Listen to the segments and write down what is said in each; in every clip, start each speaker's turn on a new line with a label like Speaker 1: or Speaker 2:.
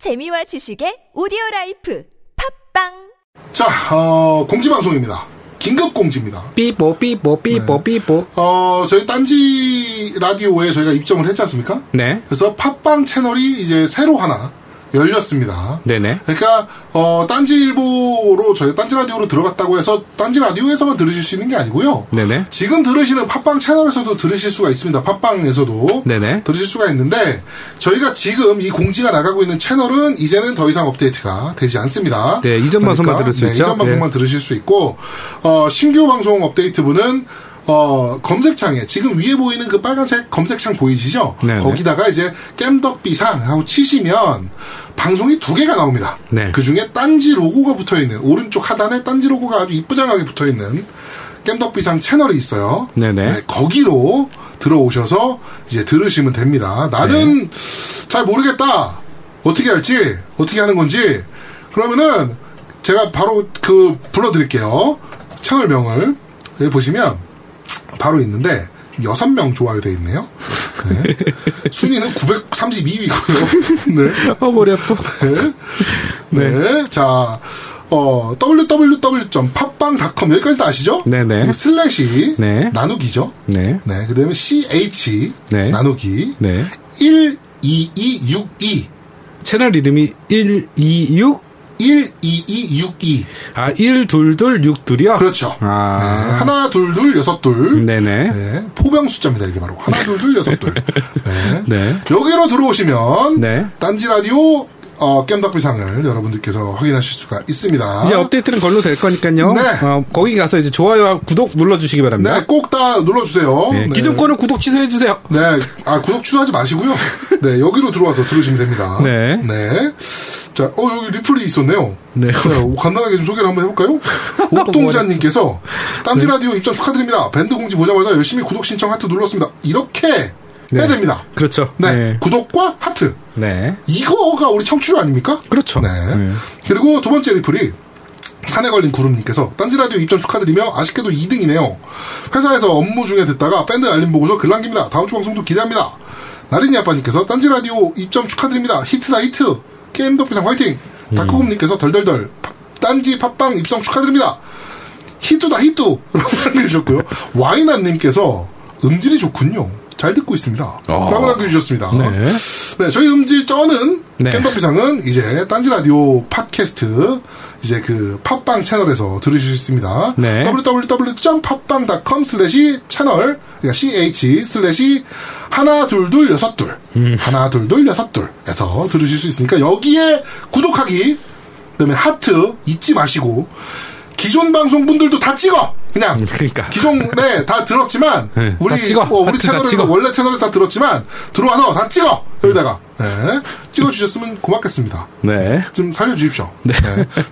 Speaker 1: 재미와 지식의 오디오 라이프 팝빵
Speaker 2: 자, 어, 공지 방송입니다. 긴급 공지입니다.
Speaker 3: 삐보 삐보 삐보 삐보
Speaker 2: 어, 저희 딴지 라디오에 저희가 입점을 했지 않습니까?
Speaker 3: 네
Speaker 2: 그래서 팟빵 채널이 이제 새로 하나 열렸습니다.
Speaker 3: 네네
Speaker 2: 그러니까 어, 딴지일보로 저희 딴지 라디오로 들어갔다고 해서 딴지 라디오에서만 들으실 수 있는 게 아니고요.
Speaker 3: 네네
Speaker 2: 지금 들으시는 팟빵 채널에서도 들으실 수가 있습니다. 팟빵에서도
Speaker 3: 네네.
Speaker 2: 들으실 수가 있는데 저희가 지금 이 공지가 나가고 있는 채널은 이제는 더 이상 업데이트가 되지 않습니다.
Speaker 3: 네, 이전 방송만 들을 수
Speaker 2: 네,
Speaker 3: 있죠?
Speaker 2: 이전 방송만 들으실 수 있고 어, 신규 방송 업데이트분은 어, 검색창에 지금 위에 보이는 그 빨간색 검색창 보이시죠?
Speaker 3: 네네.
Speaker 2: 거기다가 이제 깸덕비상 하고 치시면 방송이 두 개가 나옵니다.
Speaker 3: 네.
Speaker 2: 그 중에 딴지 로고가 붙어 있는 오른쪽 하단에 딴지 로고가 아주 이쁘장하게 붙어 있는 깸덕비상 채널이 있어요.
Speaker 3: 네네.
Speaker 2: 거기로 들어오셔서 이제 들으시면 됩니다. 나는
Speaker 3: 네.
Speaker 2: 잘 모르겠다. 어떻게 할지, 어떻게 하는 건지. 그러면은 제가 바로 그 불러드릴게요. 채널명을. 여기 보시면 바로 있는데 여섯 명 좋아요 돼 있네요. 네. 순위는 932위고요. 네.
Speaker 3: 어 머리 아파
Speaker 2: 네. 자, 어, www.팟빵닷컴 여기까지 다 아시죠?
Speaker 3: 네네.
Speaker 2: 그리고 슬래시
Speaker 3: 네.
Speaker 2: 나누기죠.
Speaker 3: 네
Speaker 2: 네. 그다음에 ch
Speaker 3: 네.
Speaker 2: 나누기
Speaker 3: 네.
Speaker 2: 12262
Speaker 3: 채널 이름이 126
Speaker 2: 12262
Speaker 3: 아, 1, 2, 2, 6, 2이요?
Speaker 2: 그렇죠. 네.
Speaker 3: 아,
Speaker 2: 하나 둘둘 여섯 둘.
Speaker 3: 네네.
Speaker 2: 네. 포병 숫자입니다. 이게 바로 하나 둘둘 여섯 둘. 네.
Speaker 3: 네.
Speaker 2: 여기로 들어오시면
Speaker 3: 네.
Speaker 2: 딴지 라디오 어, 깸덕비상을 여러분들께서 확인하실 수가 있습니다.
Speaker 3: 이제 어- 업데이트는 걸로 될 거니까요.
Speaker 2: 아. 네.
Speaker 3: 어, 거기 가서 이제 좋아요와 구독 눌러주시기 바랍니다.
Speaker 2: 네, 꼭 다 눌러주세요.
Speaker 3: 네.
Speaker 2: 네.
Speaker 3: 기존 거는 구독 취소해주세요.
Speaker 2: 네, 아 구독 취소하지 마시고요. 네, 여기로 들어와서 들으시면 됩니다.
Speaker 3: 네.
Speaker 2: 네. 자, 어 여기 리플이 있었네요. 뭐
Speaker 3: 네.
Speaker 2: 간단하게 좀 소개를 한번 해볼까요? 옥동자님께서 딴지 라디오 입장 축하드립니다. 밴드 공지 보자마자 열심히 구독 신청 하트 눌렀습니다. 이렇게 해야 됩니다.
Speaker 3: 그렇죠.
Speaker 2: 네,
Speaker 3: 네.
Speaker 2: 구독과 하트
Speaker 3: 네.
Speaker 2: 이거가 우리 청취료 아닙니까?
Speaker 3: 그렇죠.
Speaker 2: 네.
Speaker 3: 네.
Speaker 2: 그리고 두 번째 리플이 산에 걸린 구름님께서 딴지라디오 입점 축하드리며 아쉽게도 2등이네요. 회사에서 업무 중에 듣다가 밴드 알림 보고서 글 남깁니다. 다음 주 방송도 기대합니다. 나린이 아빠님께서 딴지라디오 입점 축하드립니다. 히트다 히트. 게임 덕비상 화이팅.
Speaker 3: 음.
Speaker 2: 다크홈님께서 덜덜덜 팝- 딴지 팟빵 입성 축하드립니다. 히트다 히트. 라고 남겨주셨고요. 와이나님께서 음질이 좋군요. 잘 듣고 있습니다. 라고 남겨주셨습니다.
Speaker 3: 아. 네.
Speaker 2: 네, 저희 음질 쩌는
Speaker 3: 네.
Speaker 2: 깸더피상은 이제 딴지 라디오 팟캐스트 이제 그 팟빵 채널에서 들으실 수 있습니다.
Speaker 3: 네.
Speaker 2: www.팟빵.com 슬래시 채널 그러니까 ch 슬래시 하나 둘둘 여섯 둘
Speaker 3: 음.
Speaker 2: 하나 둘둘 여섯 둘에서 들으실 수 있으니까 여기에 구독하기 그다음에 하트 잊지 마시고 기존 방송 분들도 다 찍어 그냥
Speaker 3: 그러니까.
Speaker 2: 기존에 네, 다 들었지만
Speaker 3: 네, 다
Speaker 2: 우리
Speaker 3: 찍어.
Speaker 2: 어, 우리
Speaker 3: 하트 다
Speaker 2: 채널에서
Speaker 3: 찍어.
Speaker 2: 원래 채널에 다 들었지만 들어와서 다 찍어 여기다가 네, 찍어주셨으면 고맙겠습니다.
Speaker 3: 네.
Speaker 2: 좀 살려주십시오. 네.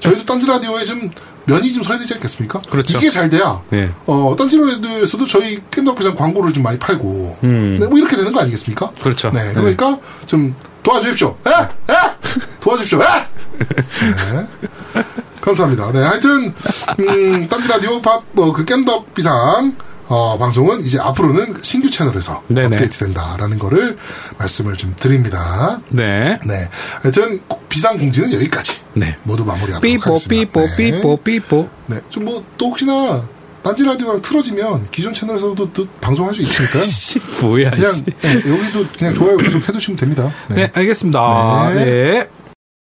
Speaker 2: 저희도 딴지 라디오에 좀 면이 좀 서야 되지 않겠습니까?
Speaker 3: 그렇죠.
Speaker 2: 이게 잘 돼야
Speaker 3: 네.
Speaker 2: 어, 딴지 라디오에서도 저희 캠덕비상 광고를 좀 많이 팔고 네, 뭐 이렇게 되는 거 아니겠습니까?
Speaker 3: 음. 그렇죠.
Speaker 2: 네, 그러니까 좀 도와주십시오. 에? 에? 도와주십시오. 에? 네. 감사합니다. 네, 하여튼 음, 딴지 라디오 밥뭐그 겜덕 비상 어, 방송은 이제 앞으로는 신규 채널에서
Speaker 3: 네네.
Speaker 2: 업데이트 된다라는 거를 말씀을 좀 드립니다.
Speaker 3: 네.
Speaker 2: 네, 하여튼 비상 공지는 여기까지.
Speaker 3: 네.
Speaker 2: 모두 마무리하도록
Speaker 3: 삐뽀,
Speaker 2: 하겠습니다.
Speaker 3: 삐뽀,
Speaker 2: 네.
Speaker 3: 삐뽀, 삐뽀.
Speaker 2: 네, 좀 뭐 또 혹시나 딴지 라디오랑 틀어지면 기존 채널에서도 또 방송할 수 있으니까
Speaker 3: 씨, 뭐야,
Speaker 2: 그냥
Speaker 3: 씨.
Speaker 2: 네, 여기도 그냥 좋아요 계속 해두시면 됩니다.
Speaker 3: 네, 알겠습니다.
Speaker 2: 네.
Speaker 3: 네.